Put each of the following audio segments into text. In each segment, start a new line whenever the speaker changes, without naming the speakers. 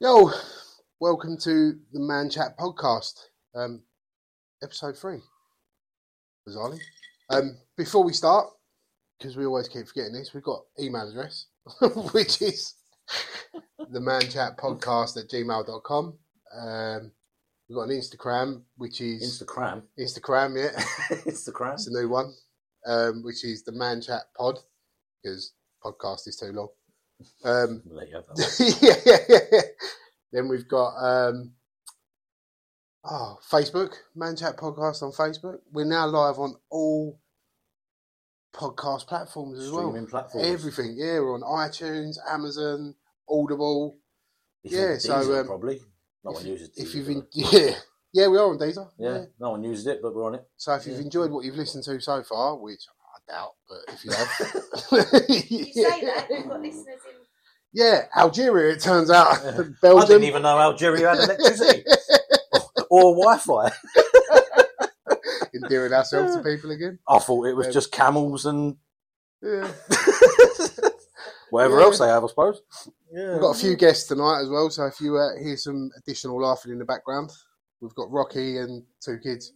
Yo, welcome to the Man Chat podcast, um, episode three. Bizarrely. Um, before we start, because we always keep forgetting this, we've got email address, which is the Man Chat podcast at gmail.com. Um, we've got an Instagram, which is
Instagram.
Instagram, yeah. That's
Instagram.
a new one, um, which is the Man Chat Pod, because podcast is too long. Um,
There you go.
yeah, yeah, yeah, yeah. Then we've got um, oh, Facebook, Man Chat Podcast on Facebook. We're now live on all podcast platforms as well.
Streaming platforms.
Everything, yeah, we're on iTunes, Amazon, Audible.
If you're
yeah,
on
so,
Deezer,
um,
probably no one
if, you-
uses.
if
Deezer,
you've
do
en-
they?
yeah, yeah, we are on Deezer.
yeah, no one uses it, but we're on it.
So if you've
Yeah.
enjoyed what you've listened to so far, which I doubt, but if you have,
You say that, we've got listeners in.
yeah, Algeria, it turns out,
Yeah. I
Belgium.
didn't even know Algeria had electricity or Wi-Fi.
endearing ourselves to people again.
I thought it was
Um,
just camels and
Yeah.
whatever
Yeah.
else they have, I suppose. Yeah,
We've got a few guests tonight as well, so if you uh, hear some additional laughing in the background, we've got Rocky and two kids.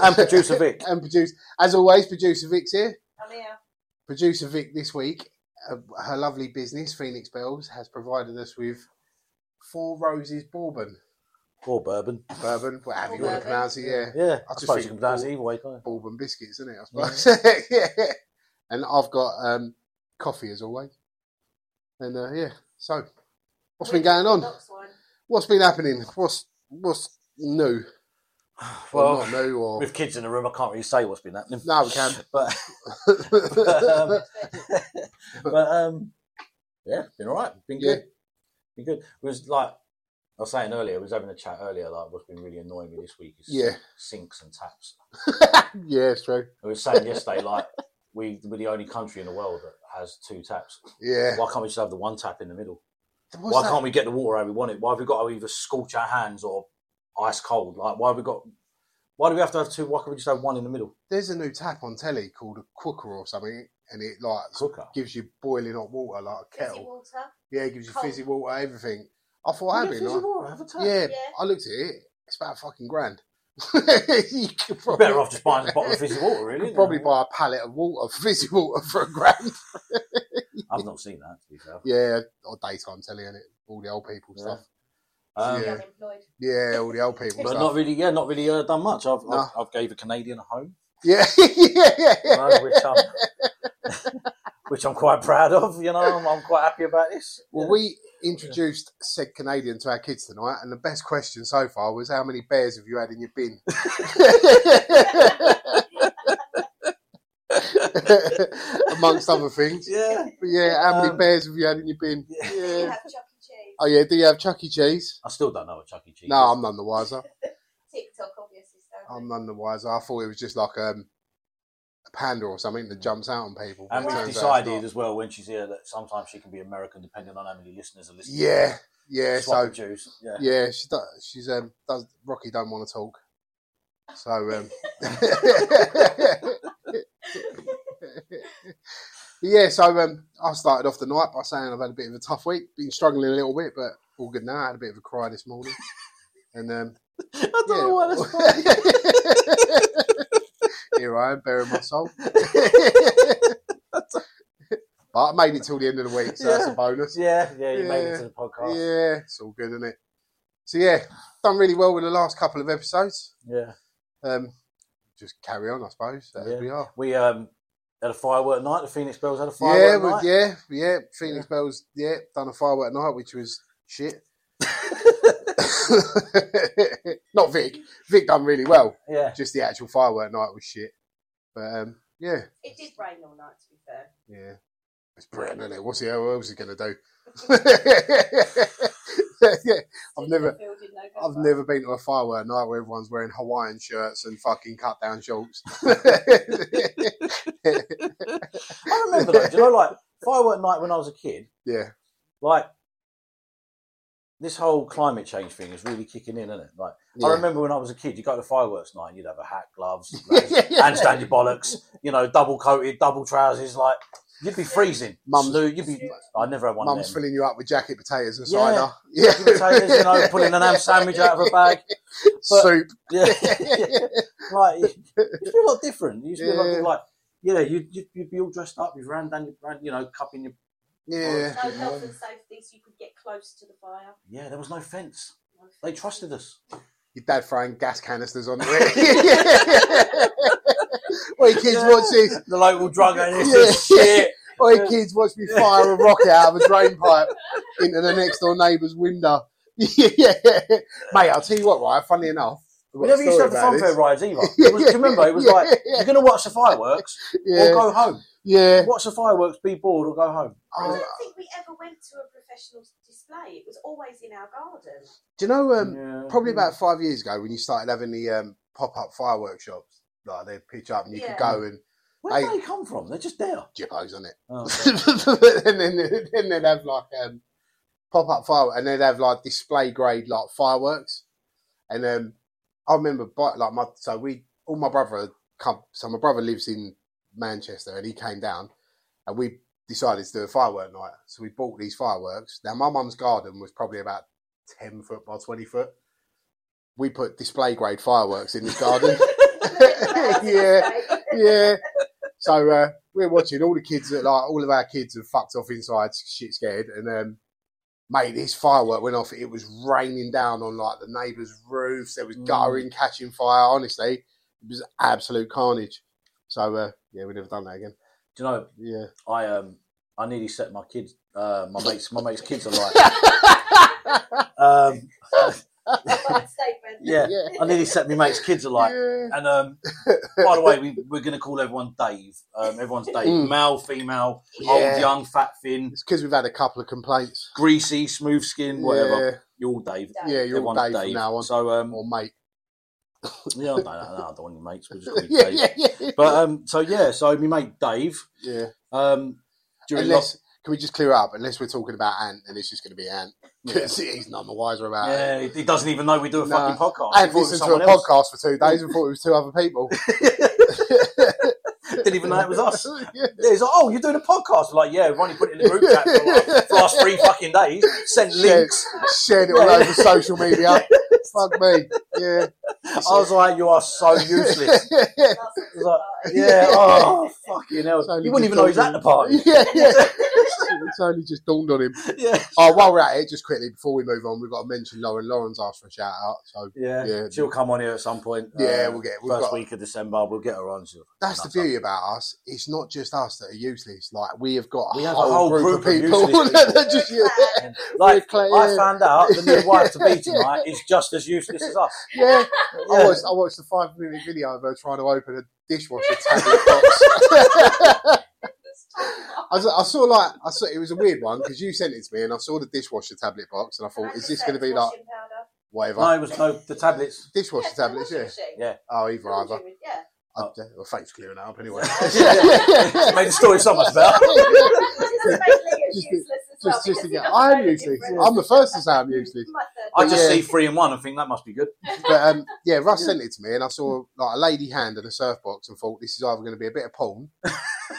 and producer Vic.
and produce, as always, producer Vic's here.
I'm here.
Producer Vic this week, uh, her lovely business Phoenix Bells has provided us with Four Roses Bourbon,
Or bourbon.
bourbon, whatever you want to
Bourbon.
pronounce it. Yeah,
Yeah, I,
just
suppose you
think
can dance
all-
either way, can't
bourbon biscuits, isn't it? I suppose. yeah. And I've got um, coffee as always. And uh, yeah, so what's been going on?
Box one.
What's been happening? What's what's new?
you?
Well, not
Well,
new or
with kids in the room, I can't really say what's been happening.
No, we can.
But um, but um, yeah, been all right. Been
Yeah.
good. Been good. It was like I was saying earlier. I was having a chat earlier. Like what's been really annoying me this week is
yeah,
sinks and taps.
yeah, it's true.
I was saying yesterday, like we we're the only country in the world that has two taps.
Yeah,
Why can't we just have the one tap in the middle?
What's
why
that?
can't we get the water how we want it? Why have we got to either scorch our hands or ice cold? Like why have we got? Why do we have to have two? Why can't we just have one in the middle?
There's a new tap on telly called a cooker or something, and it like
Cooker.
gives you boiling hot water like a
Fizzy
kettle.
water.
Yeah, it gives you
Cold.
fizzy water, everything. I thought I'd
Yeah,
been
fizzy
like,
water, have a tap.
yeah,
Yeah.
I looked at it. It's about a fucking grand. you could
You're
probably,
better off just buying a bottle of fizzy water, really.
you
isn't
could
it?
probably buy a pallet of water, fizzy water for a grand.
I've not seen that. To be fair.
Yeah, or daytime telly and it, all the old people
Yeah.
stuff.
Um,
The
Yeah.
unemployed.
Yeah, all the old people
But
stuff.
not really, yeah, not really uh, done much. I've,
No.
I've, I've gave a Canadian a home,
Yeah, yeah, yeah,
you
yeah.
know, which I'm which I'm quite proud of. You know, I'm, I'm quite happy about this.
Well, we introduced said Canadian to our kids tonight, and the best question so far was, "How many bears have you had in your bin?" Amongst other things,
yeah,
but yeah, how many
Um,
bears have you had in your bin?
yeah.
Do you
Yeah.
have Chuck E. Cheese?
Oh yeah, do you have Chuck E. Cheese?
I still don't know what Chuck E. Cheese.
No,
is.
I'm none the wiser.
TikTok, obviously. So.
I'm none the wiser. I thought it was just like um, a panda or something that jumps out on people.
And
It
we've
turns out it's
decided
not.
as well when she's here that sometimes she can be American depending on how many listeners are listening.
Yeah, yeah.
Swap
So
and choose. Yeah.
Yeah, she do, she's um does Rocky don't want to talk. So um Yeah, so um I started off the night by saying I've had a bit of a tough week, been struggling a little bit, but all good now. I had a bit of a cry this morning. And um
I don't
yeah.
know why that's
Here I am burying my soul. but I made it till the end of the week, so that's a
Yeah.
bonus.
yeah, yeah, you made
Yeah.
it to the podcast.
Yeah, it's all good, isn't it? So yeah, done really well with the last couple of episodes.
Yeah.
Um, just carry on, I suppose. As
Yeah.
we are.
We um had a firework night. The Phoenix Bells had a
Yeah,
firework
we,
night.
yeah, yeah. Phoenix Bells. Yeah, done a firework night, which was shit. Not Vic. Vic done really well.
yeah.
Just the actual firework night was shit. But um, yeah,
It did rain all night, to be fair.
yeah. It's Britain, isn't it? What's he? What else he gonna do? yeah, I've never- I've never been to a firework night where everyone's wearing Hawaiian shirts and fucking cut down shorts.
I remember though, do you know, like firework night when I was a kid,
yeah,
like this whole climate change thing is really kicking in, isn't it? Like
yeah.
I remember when I was a kid, you go to fireworks night, and you'd have a hat, gloves,
yeah, yeah, yeah.
handstand your bollocks, you know, double coated, double trousers, like You'd be freezing.
Mum's-
Lou, you'd be. I'd never have one of
Mum's
them.
filling you up with jacket potatoes and
Yeah.
cider. Yeah.
Potatoes, you know, pulling an ham sandwich out of a bag.
Soup.
Yeah, like you would be a lot different. You used to be a lot
Yeah.
different, like, yeah, you'd, you'd, you'd be all dressed up, you'd ran down, your ran, you know, cupping your.
Yeah.
Oh.
No health and safety, so you could get close to the fire.
Yeah, there was no fence. They trusted us.
Your dad throwing gas canisters onto it. Wait, kids,
Yeah.
watch this.
The local drug addict
Yeah.
is shit.
Oi,
Yeah.
kids, watch me fire a rocket out of a drain pipe into the next door neighbour's window. yeah. Mate, I'll tell you what, right? Funny enough, I've
We
got a
never used to
story
have the
about
funfair
this.
rides either. It was, do you remember? It was
Yeah,
like
yeah.
you're going to watch the fireworks or
Yeah.
go home.
Yeah.
Watch the fireworks, be bored, or go home.
I
Oh,
don't think we ever went to a professional display. It was always in our garden.
do you know, um,
Yeah.
probably about five years ago when you started having the um, pop up fireworks shops, like they'd pitch up and you
Yeah.
could go and
Where do
eight.
they come from? They're just there.
jippos on it.
Oh,
and then, then they'd have like um, pop up fireworks, and they'd have like display grade like fireworks. And um, I remember by, like my so we all my brother come so my brother lives in Manchester and he came down and we decided to do a firework night. So we bought these fireworks. Now my mum's garden was probably about ten foot by twenty foot. We put display grade fireworks in this garden. yeah yeah. So uh, we're watching all the kids that like all of our kids have fucked off inside, shit scared, and um, mate, this firework went off. It was raining down on like the neighbours' roofs. There was
Mm.
guttering catching fire. Honestly, it was absolute carnage. So uh, yeah, we never done that again.
do you know?
Yeah.
I um, I nearly set my kids, uh, my mates, my mates' kids alight. um,
Bold statement.
yeah, I nearly set my mates' kids alight.
yeah.
And um, by the way, we, we're going to call everyone Dave. Um, everyone's Dave.
Mm.
Male, female,
Yeah.
old, young, fat, thin,
It's because we've had a couple of complaints.
greasy, smooth skin, whatever. You're all Dave.
Yeah, yeah you're all
Everyone's
Dave, from now on,
So um,
or mate.
yeah, I don't, I don't want your mates. We'll just call you
yeah,
Dave.
yeah, yeah.
But um, so yeah, so my mate Dave.
yeah.
Um, during
Unless can we just clear it up? Unless we're talking about Ant, and it's just going to be Ant because he's none the wiser
lock-
about it.
yeah, he doesn't even know we do a
Nah.
fucking podcast.
I
He thought it
had
was
listened to a
someone else.
podcast for two days and thought it was two other people.
Didn't even know it was us.
Yeah.
Yeah, he's like, oh, you're doing a podcast. We're like, yeah, Ronnie put it in the group chat for like, the last three fucking days. Sent
Shit.
links.
Shared it all
Yeah.
over social media. Fuck me. Yeah.
I was like, you are so useless.
That's what it's
Like,
about.
Yeah, oh, fucking hell.
It's only
you wouldn't
just
even know he's at
dawned
the
on him.
party.
Yeah, yeah. it's only just dawned on him.
yeah.
Oh, while we're at it, just quickly before we move on, we've got to mention Lauren. Lauren's asked for a shout out. So
yeah.
Yeah.
She'll come on here at some point. uh,
Yeah, we'll get- we've
First
got-
week of December, we'll get her on. She'll-
that's the
That's up.
beauty about us. It's not just us that are useless. Like we have got a,
We have
whole,
a whole
group,
group
of
of
people,
useless
that are
people.
just yeah,
Like,
Clay,
I
yeah.
found out the new wife to be tonight is just as useless as us.
yeah. I
Yeah.
watched, I watched a five minute video of her trying to open a dishwasher tablet box. I, saw, I saw like I saw it was a weird one because you sent it to me and I saw the dishwasher tablet box and I
Can I
thought, is
just
this
say
going to
it's
be like
washing powder?
whatever
No, it was no, the tablets.
dishwasher
it's a
tablets?
washing
Yeah.
machine.
Yeah.
Oh, either either.
Laundry, yeah.
I, well, thanks for clearing that up anyway.
Oh. Made the story so much better.
Just to make Lee
Just to-
as useless as well,
just, just to get,
because he doesn't
I'm
know the
useless.
difference.
I'm the first to say I'm useless.
My third
I just
Yeah.
see three and one and think that must be good.
But um, yeah, Russ sent it to me, and I saw like a lady hand in a surf box, and thought this is either going to be a bit of porn,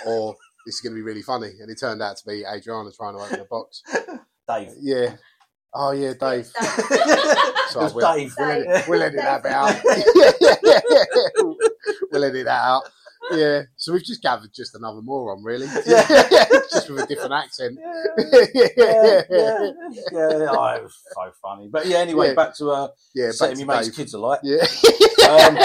or this is going to be really funny. And it turned out to be Adriana trying to open a box.
Dave.
Yeah. Oh yeah, Dave.
it
Sorry,
was
we'll,
Dave.
we'll,
Dave.
edit, we'll edit that bit out. we'll edit that out. Yeah. So we've just gathered just another moron, really. just with a different accent.
Yeah.
yeah,
yeah, yeah, yeah. Oh, it was so funny. But yeah, anyway,
Yeah.
back to uh,
Yeah, back
setting
to
your mate's
Dave.
kids alight.
Yeah.
Um,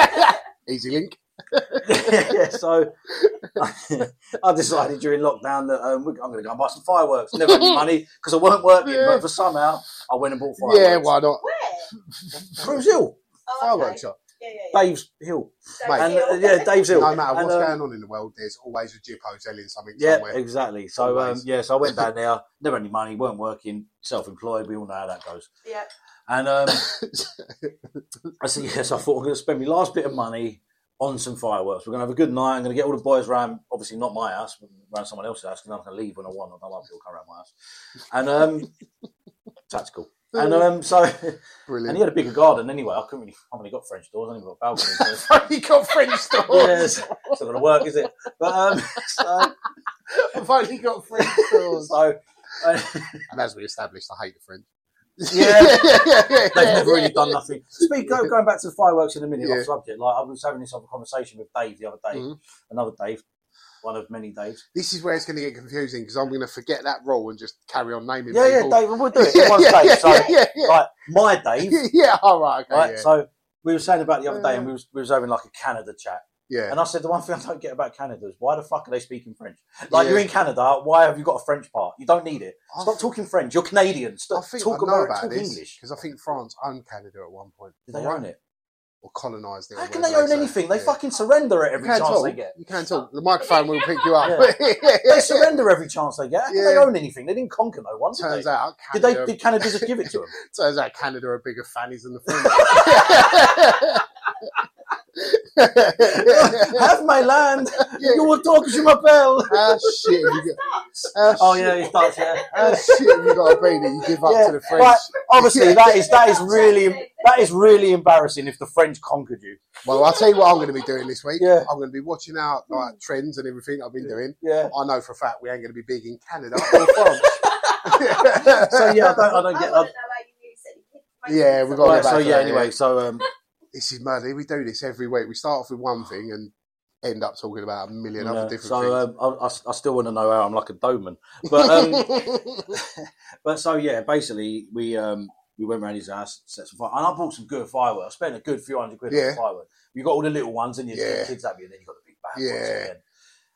Easy link.
yeah, so I decided during lockdown that um, I'm going to go and buy some fireworks. Never had any money because I weren't working,
Yeah.
but for somehow I went and bought fireworks.
Yeah, why not?
Where?
Cruise Hill,
Oh,
Fireworks
okay.
shop.
Yeah, yeah, yeah.
Dave's Hill,
So
Mate.
and
Jill-
uh, yeah, Dave's Hill.
No matter what's
And, um,
going on in the world, there's always a jippo selling something
Yeah,
somewhere.
exactly. So um,
Always.
yeah, so I went down there. Never had any money, weren't working, self-employed. We all know how that goes.
Yeah.
And um, I said, yes, I thought I'm going to spend my last bit of money on some fireworks. We're going to have a good night. I'm going to get all the boys round, obviously not my house, but round someone else's house, because I'm going to leave when I want. I don't like people coming around my house. And um, tactical. And um, so, and he
Brilliant.
had a bigger garden anyway. I couldn't really, I've only got French doors, I've only got balconies. So
He got French doors.
yeah, it's, it's not going to work, is it? But um, so,
I've only got French claws.
So uh,
and as we established, I hate the French.
Yeah.
yeah, yeah,
they've never
yeah,
really done nothing. Speak go, going back to the fireworks in a minute
Yeah.
off subject. Like I was having this other conversation with Dave the other day,
Mhm.
another Dave, one of many Daves.
This is where it's going to get confusing because I'm going to forget that role and just carry on naming
Yeah, yeah,
people.
Dave, we'll do it. in one
yeah,
Dave. So
yeah, yeah, yeah.
like my Dave,
yeah, all right, okay,
right?
yeah.
So we were saying about the other day, and
Yeah.
we was, we was having like a Canada chat,
yeah.
and I said the one thing I don't get about Canada is why the fuck are they speaking French? Like
Yeah.
you're in Canada, why have you got a French part? You don't need it.
I
Stop
think-
talking French. You're Canadian.
I
Stop
think
talk
I know
Ameri-
about
talk
this
English.
because I think France owned Canada at one point.
Did they
Right?
own it?
Or colonised it. or
How can they
whatever
own
say.
anything? They
Yeah.
fucking surrender at
You
every
can't
chance
talk.
they get.
You can't talk. The microphone will pick you up.
They surrender every chance they get. How can they
Yeah.
own anything? They didn't conquer no one. Did
Turns
they?
out,
Did they?
Canada,
Did Canada just give it to them?
turns out Canada are bigger fannies than the French.
Have my land. You will talk to my bell.
How shit have you
Dutch.
got?
Oh yeah, he starts. Yeah.
How shit have you got to be that you give up
Yeah,
to the French?
right. Uh, Obviously, that is that is really that is really embarrassing if the French conquered you.
Well, I'll tell you what I'm going to be doing this week.
Yeah. Mm.
I'm going to be watching out like trends and everything I've been doing.
Yeah.
I know for a fact we ain't going to be big in Canada or France.
So yeah, I don't, I don't
I
get. I,
want to know how you really said it.
Yeah, we got
right.
it back
So
to
yeah.
that,
Anyway.
Oh, yeah.
So um.
this is mad. We do this every week. We start off with one thing and end up talking about a million
yeah,
other different
so um, I, I, I still want to know how I'm like a doman, but um,
things.
but so yeah, basically we um we went round his house, set some fire, and I bought some good fireworks. I spent a good few hundred quid
Yeah.
on fireworks. You got all the little ones, and you
Yeah.
the kids happy, and then you got the big bad ones.
Yeah.
at the end.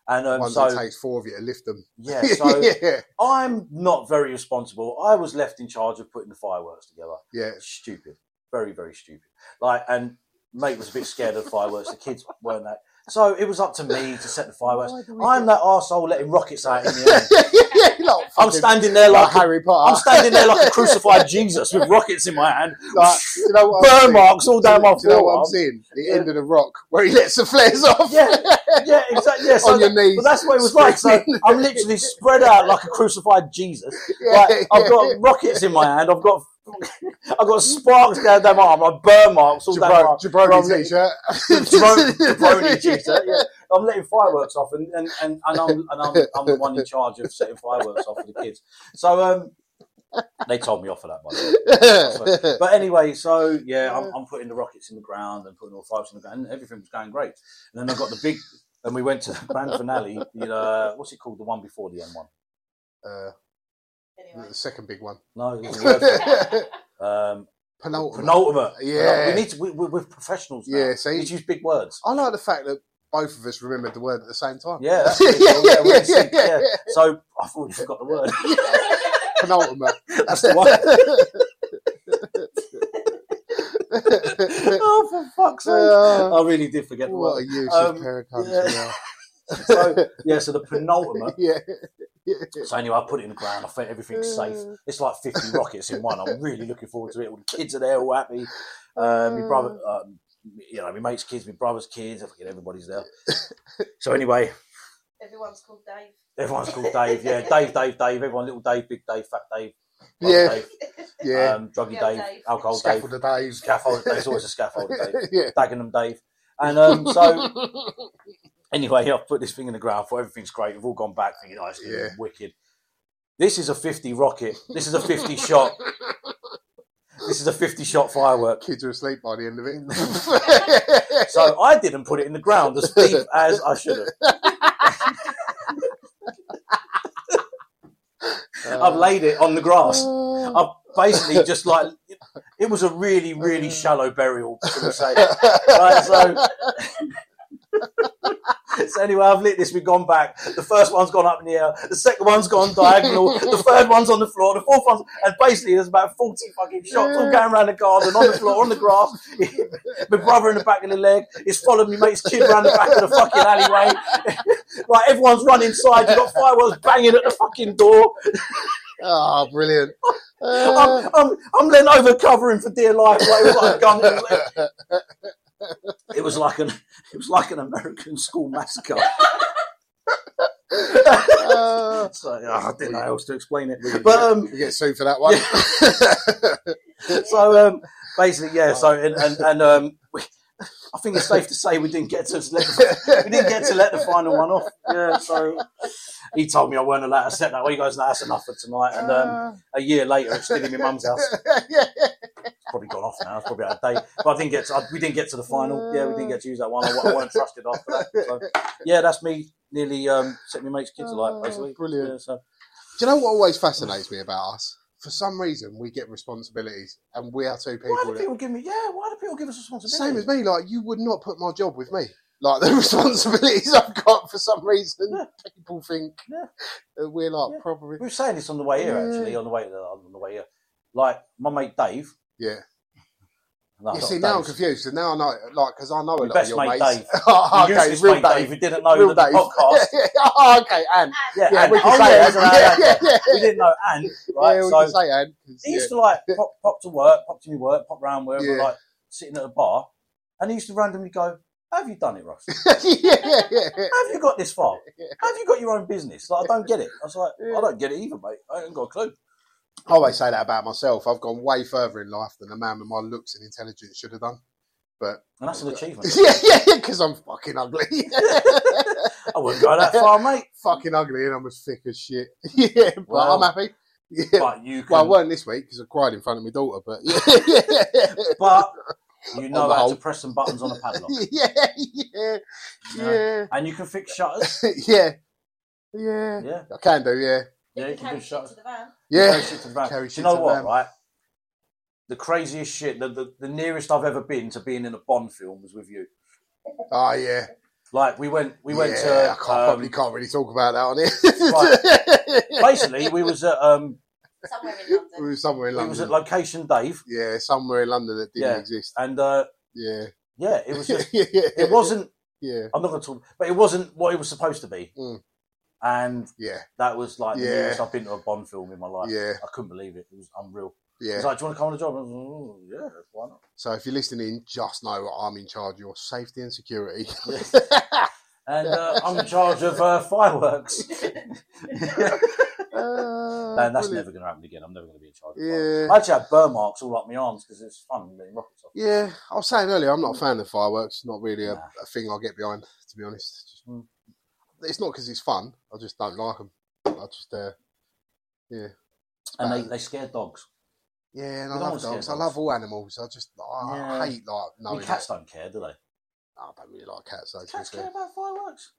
And um,
One
so
that takes four of you to lift them.
yeah, so
yeah,
I'm not very responsible. I was left in charge of putting the fireworks together.
yeah.
Stupid, very very stupid. Like and mate was a bit scared of fireworks. The kids weren't that. So it was up to me to set the fireworks.
Why do we
I'm
do-
that arsehole letting rockets out in the air.
yeah, yeah, yeah. Like
I'm
fucking-
standing there
like
like a,
Harry
I'm
Potter.
standing there like a crucified Jesus with rockets in my hand,
Like, you know what I'm
burn
seeing?
marks all down my
Oh, Do you know what I'm
forearm.
seeing? The
Yeah.
end of the rock where he lets the flares off.
Yeah, yeah, exactly. Yeah, so
On your
that-
knees.
But that's what it was like. So I'm literally spread out like a crucified Jesus.
Yeah,
Like, I've
yeah.
got rockets in my hand. I've got I've got sparks down down my arm. I've burn marks all down my
Jabro-
arm.
Jabroni
Jabroni.
t-shirt.
Jabro- Jabroni T-shirt, yeah. I'm letting fireworks off, and, and, and, and I'm and I'm, I'm the one in charge of setting fireworks off for the kids. So um, they told me off for that. By the way. But anyway, so yeah, I'm, I'm putting the rockets in the ground and putting all the fires in the ground, and everything was going great. And then I got the big, and we went to the grand finale. You know, what's it called? The one before the N1.
Uh,
Anyway.
the second big one.
No, it was the word for it. um,
Penultimate.
penultimate.
Yeah.
we need to. We, we, we're professionals. Now.
Yeah,
we
see?
need to use big words.
I like the fact that both of us remembered the word at the same time.
Yeah, that's
yeah,
pretty
yeah,
cool. Yeah, we're
yeah,
in
yeah,
sync,
yeah,
yeah. So I thought you forgot the word.
Penultimate.
That's the one. oh, for fuck's sake!
Uh,
I really did forget the
what a
word.
useless
Um,
pair of cunts
yeah.
we are.
So uh, yeah, so the penultimate.
yeah. yeah.
So anyway, I put it in the ground. I felt everything safe.
Mm.
It's like 50 rockets in one. I'm really looking forward to it. All the kids are there, all happy. Uh, my brother,
Mm.
um, you know, my mate's kids, my brother's kids, I forget everybody's there. So anyway,
Everyone's called Dave.
everyone's called Dave. Yeah, Dave, Dave, Dave. Everyone, little Dave, big Dave, fat Dave, bum
Yeah.
Dave,
Yeah.
um, druggy
Yeah,
Dave,
Dave.
alcohol
Scaffold
Dave,
the days.
scaffold. There's always a scaffold Dave,
yeah.
Dagenham Dave. And um, so anyway, I've put this thing in the ground for everything's great. We've all gone back thinking, oh, it's gonna be
Yeah.
wicked. This is a 50 rocket. This is a 50 shot. This is a 50 shot firework.
Kids are asleep by the end of it.
So I didn't put it in the ground as deep as I should have. I've laid it on the grass. I've basically just like it was a really, really shallow burial, should we say.
Uh,
Right, so, so anyway, I've lit this. We've gone back. The first one's gone up in the air. The second one's gone diagonal. the third one's on the floor. The fourth one's and basically there's about forty fucking shots all going around the garden on the floor on the grass. My brother in the back of the leg is following me mate's kid round the back of the fucking alleyway. like everyone's running inside. You got fireworks banging at the fucking door. Ah,
oh, brilliant.
I'm, I'm, I'm leant over covering for dear life. Like, it was like a gun. It was like- It was like an it was like an American school massacre.
Uh,
So, yeah, I didn't know how else to explain it.
We-
But um,
we get sued for that one.
so um, basically, yeah. So and and, and um, we, I think it's safe to say we didn't get to let the, we didn't get to let the final one off. Yeah, so he told me I weren't allowed to set that. Well, he goes, no, that's enough for tonight. And um,
Uh,
a year later, it's still in my mum's house.
yeah.
It's probably gone off now. It's probably out of date. But I didn't get to, I, we didn't get to the final. Yeah, we didn't get to use that one. I, wa- I weren't trusted after that. So, yeah, that's me nearly um, setting my mate's kids alight, basically.
Oh, Brilliant.
Yeah, so.
Do you know what always fascinates me about us? For some reason, we get responsibilities, and we are two people.
Why do
that-
people give me? Yeah, why do people give us responsibility?
Same as me. Like you would not put my job with me. Like the responsibilities I've got for some reason,
Yeah.
people think
Yeah.
that we're like
Yeah.
probably
We were saying this on the way here, actually, on the way on the way here. Like my mate Dave.
yeah.
No,
you
not
see, now I'm
Dave.
confused, and now I know like because I know a
Your
lot
best
of your
mate
mates.
Dave.
Oh,
Your
okay,
useless
real
mate
Dave.
Dave. We didn't know
Real
that
Dave.
the podcast.
oh, okay, and
Yeah,
yeah,
and
we can
oh,
say
yeah,
Anne.
it's around that.
Yeah, yeah, yeah.
We didn't know Anne, right?
yeah, we
so
can say Anne. 'cause,
he
Yeah.
used to like pop, pop to work, pop to me work, pop round wherever,
Yeah.
like sitting at a bar, and he used to randomly go, "Have you done it, Ross?
yeah, yeah, yeah.
Have you got this far? Have you got your own business? Like I don't get it." I was like, "I don't get it either, mate. I ain't got a clue."
I always say that about myself. I've gone way further in life than a man with my looks and intelligence should have done.
And that's an achievement.
yeah, yeah, yeah, because I'm fucking ugly.
I wouldn't go that far, mate.
fucking ugly and I'm as thick as shit. yeah, but
Wow.
I'm happy. Yeah.
But you
well, I
can.
weren't this week because I cried in front of my daughter, but yeah.
but you
On
know
the
how
whole.
to press some buttons on a padlock,
yeah, yeah, yeah,
and you can fix shutters.
yeah, yeah.
Yeah,
I can do, yeah.
yeah, you can
carry
do
shit
shutters.
to the van.
Carry
Yeah.
shit to the van.
Carry
Do
shit
you know
to the
what,
van.
right? The craziest shit, the, the, the nearest I've ever been to being in a Bond film was with you.
Oh, yeah.
Like we went, we went
yeah,
to
I can't,
um,
probably can't really talk about that on here.
basically we was at um
Somewhere in
we
London.
were somewhere in
we was
London.
at location Dave,
yeah, somewhere in London that didn't
Yeah.
exist.
and uh,
Yeah.
yeah, it was just
yeah, yeah,
it wasn't.
Yeah,
I'm not going to talk, but it wasn't what it was supposed to be,
Mm.
and
yeah,
that was like the
Yeah.
nearest I've been to a Bond film in my life.
yeah,
I couldn't believe it. It was unreal.
yeah.
It's like, do you want to come on the job? I was like, "Mm, yeah, why not?
So if you're listening, just know I'm in charge of your safety and security. Uh,
And uh, I'm in charge of uh, fireworks. and that's never going to happen again. I'm never going to be in charge. Of fireworks.
Yeah.
I actually had burn marks all up my arms because it's fun getting rockets off.
Yeah, I was saying earlier, I'm not a fan of fireworks. Not really a,
Nah.
a thing I get behind, to be honest. Just-
Mm.
It's not because it's fun. I just don't like them. I just, uh,
And they, they scare dogs.
yeah, and I
We don't
love
want to
dogs.
scare
I love all animals. I just, I, I
Yeah.
hate like
I
knowing.
mean, cats don't care, do they?
that- I don't really like cats. Though, to be
Cats
fair.
care about fireworks.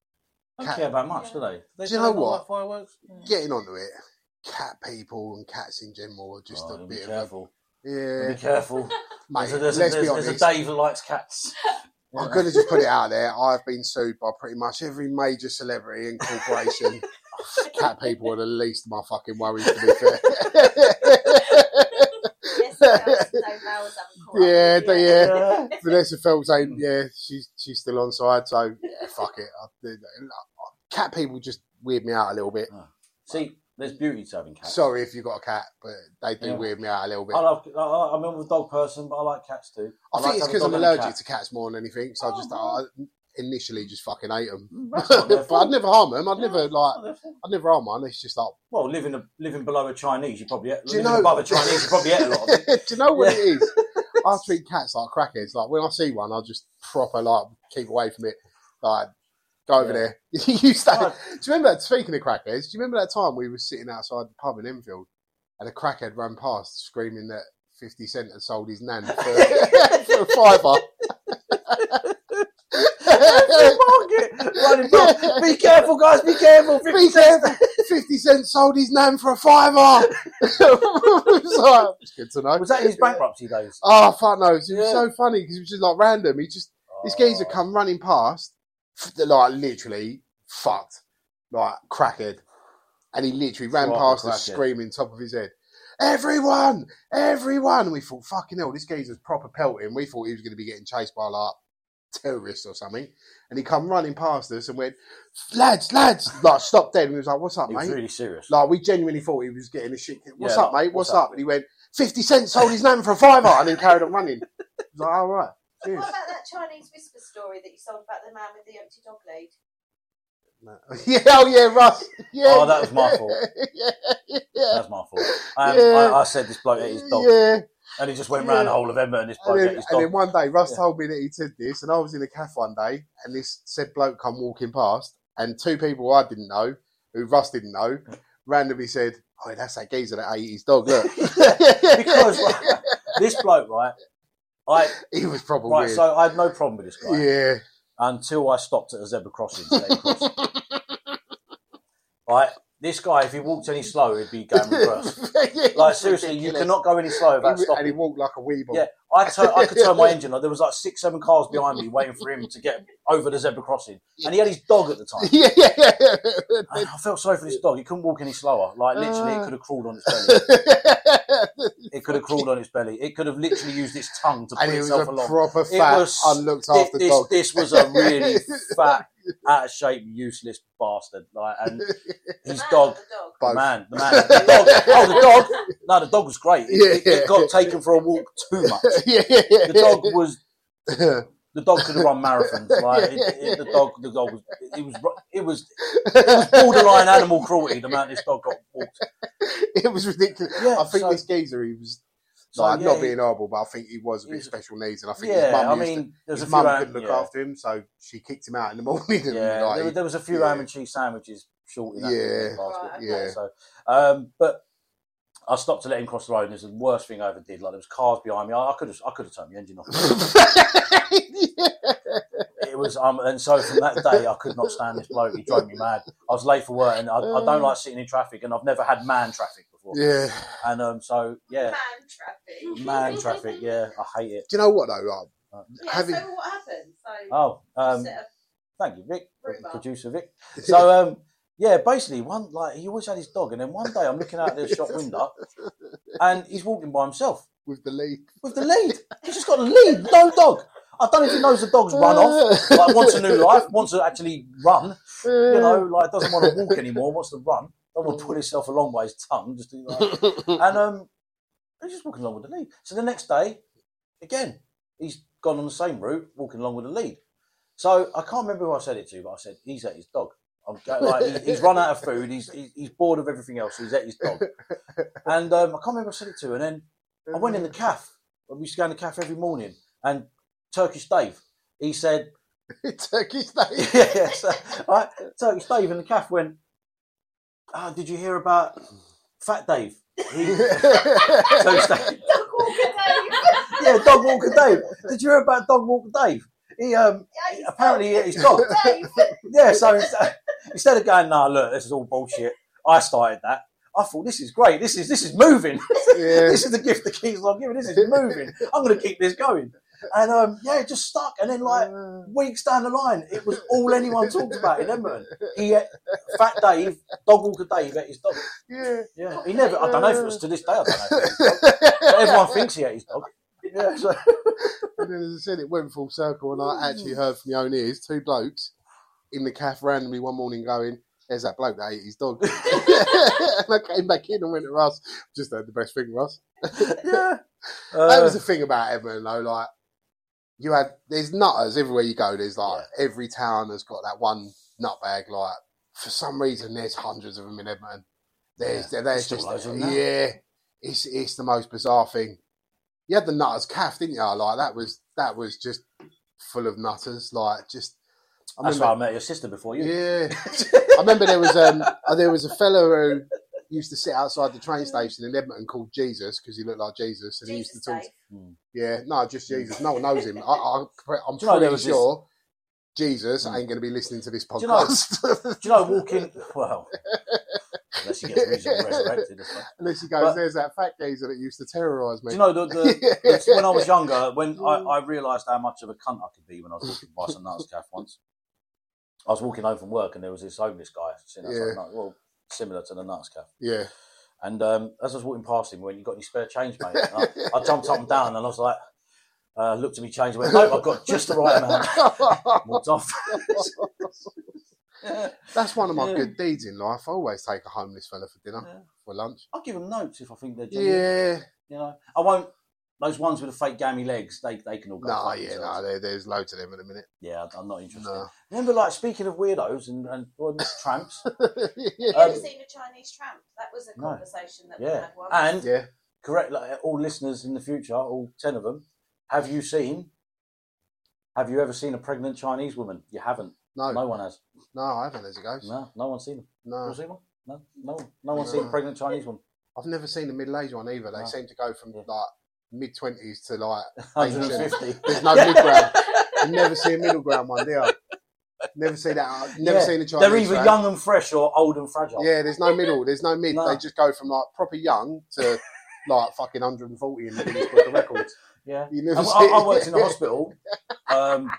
Don't
Cat-
care about much,
Yeah.
do they? they
Do you
they
know
don't
what?
Like fireworks.
Getting onto it, cat people and cats in general are just
Oh,
a
be
bit of a
careful.
yeah.
Be careful.
Mate,
there's a, there's, a-
let's be
there's-
honest. Oh,
there's a Dave that likes cats.
I'm going to just put it out there. I've been sued by pretty much every major celebrity and corporation. Cat people are the least of my fucking worries, to be fair.
Yes, Dave Bowers haven't caught up
yeah,
with you
they,
yet.
yeah.
Yeah.
Vanessa Phelps ain't, yeah, she's, she's still on side, so yeah, fuck it. I, did- cat people just weird me out a little bit.
See, there's beauty to having cats.
Sorry if you got a cat, but they do
Yeah.
weird me out a little bit.
I
I,
love. I- I, I'm a dog person, but I like cats too.
think
like
it's
to have a
because
dog
I'm
and a
allergic
cat.
to cats more than anything, so I
Oh,
just
right.
I initially just fucking hate them.
That's not their
but I'd
fault.
never harm them. I'd never like.
Not their fault.
I'd never harm one. It's just like
Well, living a, living below a Chinese, you probably ate,
Do you
living
know-
above a Chinese, you probably ate a lot of
Do
it.
you know what it is? I treat cats like crackheads. Like when I see one, I just proper like keep away from it. Like go over
Yeah.
there. you stay.
Right.
Do you remember that? Speaking of crackheads, do you remember that time we were sitting outside the pub in Enfield and a crackhead ran past screaming that Fifty Cent had sold his nan for, for a fiver?
Market, running back. Be careful, guys. Be careful.
Be careful. Fifty Cent sold his nan for a fiver. it's like, it's good to know.
Was that his bankruptcy days?
Oh fuck no! It was
Yeah.
so funny because it was just like random. He just this geezer
Oh.
come running past, f- like literally fucked, like crackhead, and he literally ran
Proper
past us
crackhead.
screaming top of his head, "Everyone, everyone!" We thought, "Fucking hell, this geezer's proper pelting." We thought he was going to be getting chased by like terrorists or something, and he come running past us and went, "Lads, lads!" Like stopped dead, and we was like, "What's up,
He was
mate?"
really serious.
Like we genuinely thought he was getting a shit. kicked. What's
Yeah,
up,
like,
mate? What's,
what's
up?
up?
And he went, 50 cents sold his name for a fiver and then carried on running. I was like, all right.
What
Cheers.
about that Chinese whisper story that you sold about the man with the empty dog leg?
yeah, oh yeah, Russ. Yeah.
Oh, that was my fault.
yeah, yeah, yeah.
That's my fault. Um, I,
Yeah.
I, I said this bloke ate his dog.
Yeah.
And he just went round the whole of Edinburgh and this
And
bloke
then, and
his dog.
then one day, Russ
Yeah.
told me that he said this, and I was in a cafe one day, and this said bloke come walking past, and two people I didn't know, who Russ didn't know, randomly said, "Oh, that's that geezer that ate his dog." Look,
Because, right, this bloke, right? I
he was probably
right,
weird.
so I had no problem with this guy
yeah,
until I stopped at a zebra crossing. to let him cross. right, this guy, if he walked any slower, he'd be going reverse. Like seriously, you cannot go any
He,
slower without
wa- and he
stopping.
walked like a weeble.
Yeah. I, turn, I could turn my engine. Like, there was like six, seven cars behind me waiting for him to get over the zebra crossing, and he had his dog at the time.
yeah, yeah,
And I felt sorry for this dog. He couldn't walk any slower. Like literally, it
Uh.
could have crawled on its belly.
yeah.
It could have crawled on its belly. It could have literally used its tongue to pull
and he was
itself
a
along.
proper
It
fat,
was-
unlooked
Thi-
after
this,
dog.
this was a really fat, out of shape, useless bastard. Like, and his dog,
Both.
the man, the man, the dog. Oh, the dog. No, the dog was great. It, it- it got taken for a walk too much.
yeah, yeah, yeah.
The dog was.
yeah.
The dog could have run marathons. Like it, it- the dog, the dog was. It was. It was borderline animal cruelty. The amount this dog got walked.
it was ridiculous.
Yeah,
I think
so-
this geezer, he was
So,
like,
yeah,
not
he-
being horrible, but I think he was a bit
He's-
special needs, and I think his
Yeah, I
mum, used to-
mean, there's a
his
few.
mum
round-
couldn't look
yeah.
after him, so she kicked him out in the morning. And,
Yeah,
like,
there,
he-
were- there was a few
yeah.
ham and cheese sandwiches short in that
Yeah.
basket.
Right,
okay.
So, um, but I stopped to let him cross the road, and it was the worst thing I ever did. Like there was cars behind me. I, I could have, I could have turned the engine off. it was, um, and so from that day, I could not stand this bloke. He drove me mad. I was late for work, and I, I don't like sitting in traffic, and I've never had man traffic before.
yeah.
And um, so yeah,
Man traffic.
man traffic. Yeah, I hate it.
Do you know what though? Like,
Yeah,
Having-
so what happened? So,
Oh, um,
set up-
thank you, Vic,
Rhubarb.
producer Vic. So um, yeah, basically one like he always had his dog, and then one day I'm looking out the shop window, and he's walking by himself
with the lead,
with the lead. He's just got a lead, no dog. I don't know if he knows the dog's run off. Like wants a new life, wants to actually run. You know, like doesn't want to walk anymore, wants to run. Don't want to pull himself along by his tongue. Just do like, and um, he's just walking along with the lead. So the next day, again, he's gone on the same route, walking along with the lead. So I can't remember who I said it to, but I said he's at his dog. I'm go- like, he- he's run out of food. He's he's he's bored of everything else. So he's at his dog, and um, I can't remember who I said it to. And then I went in the calf. We used to go in the calf every morning. And Turkish Dave, he said,
Turkish day.
yeah, so, right, Turkish Dave in the calf went, ah, did you hear about Fat Dave? He- Turkish Dave.
Dog walker Dave.
Yeah, Dog Walker Dave. Did you hear about Dog Walker Dave? He um
Yeah, he's
apparently he
dog.
ate his dog.
Dave.
Yeah, so instead- instead of going, nah, look, this is all bullshit. I started that. I thought this is great. This is this is moving.
yeah.
this is the gift the keys I'm giving. This is moving. I'm gonna keep this going. And um yeah, it just stuck. And then like weeks down the line, it was all anyone talked about in Edmonton. He ate, Fat Dave, Dog Walker Dave ate his dog.
yeah.
Yeah, he never. I don't know if it was to this day. I don't know. if it was. But everyone thinks he ate his dog. Yeah, so-
And then, as I said, it went full circle, and I
Mm.
actually heard from my own ears two blokes in the cafe randomly one morning going, There's that bloke that ate his dog. and I came back in and went to Russ, just heard the best thing, Russ.
yeah.
that
Uh,
was the thing about Everton, though. Like, you had, there's nutters everywhere you go. There's like, every town has got that one nutbag. Like, for some reason, there's hundreds of them in Everton. There's, there's
Still
just,
loads of them now.
yeah, it's, it's the most bizarre thing. You had the nutters calf, didn't you? Like, that was, that was just full of nutters. Like, just, I
That's
remember-
why I met your sister before you.
yeah. I remember there was um uh, there was a fellow who used to sit outside the train station in Edmonton called Jesus because he looked like Jesus and he used to
Jesus
talk.
Dave.
Yeah, no, just Jesus. No one knows him. I, I, I'm
Do you know there
pretty
was this-
sure Jesus
Hmm.
ain't going to be listening to this
you know-
podcast
Do you know walking? Well, unless you get reasonably resurrected. I suppose.
unless he goes.
But-
There's that fat geezer that used to terrorise
Do
me.
you know the, the, the when I was younger, when I, I realised how much of a cunt I could be when I was walking by some nuts calf once. I was walking home from work and there was this homeless guy sitting outside,
Yeah.
nut- well, similar to the nuts calf.
yeah,
And um, as I was walking past him, when you got any spare change, mate, and I, I jumped up and down and I was like, uh, looked at me, change, went, nope, I've got just the right amount. Walked off.
That's one of my
Yeah.
good deeds in life. I always take a homeless fella for dinner
Yeah.
for lunch.
I'll give him notes if I think they're genuine.
Yeah,
You know, I won't. Those ones with the fake gammy legs, they, they can all go.
no,
fuck
yeah, no.
themselves.
There, there's loads of them in a minute.
Yeah, I'm not interested.
No.
Remember, like speaking of weirdos and, and well, not tramps,
You
Um,
ever seen a Chinese tramp? That was a
No.
conversation that we
Yeah.
had once.
and
yeah,
correct like, all listeners in the future, all ten of them, have you seen? Have you ever seen a pregnant Chinese woman? You haven't.
No,
No
no,
one has.
I haven't as it goes.
No, no one's seen them.
No.
You seen one? No, no, one- no one's seen a
No.
pregnant Chinese woman.
I've never seen a middle aged one either. They
No.
seem to go from
Yeah.
like mid twenties to like Ancient.
150.
there's no mid ground. You never see a middle ground one, do you? Never see that. I've Never
Yeah.
seen a Chinese.
They're either
one.
young and fresh or old and fragile.
Yeah, there's no middle. There's no mid.
No.
They just go from like proper young to like fucking 140 in the Guinness Book of Records.
Yeah.
You
I,
never see.
I, I worked in a hospital. Um,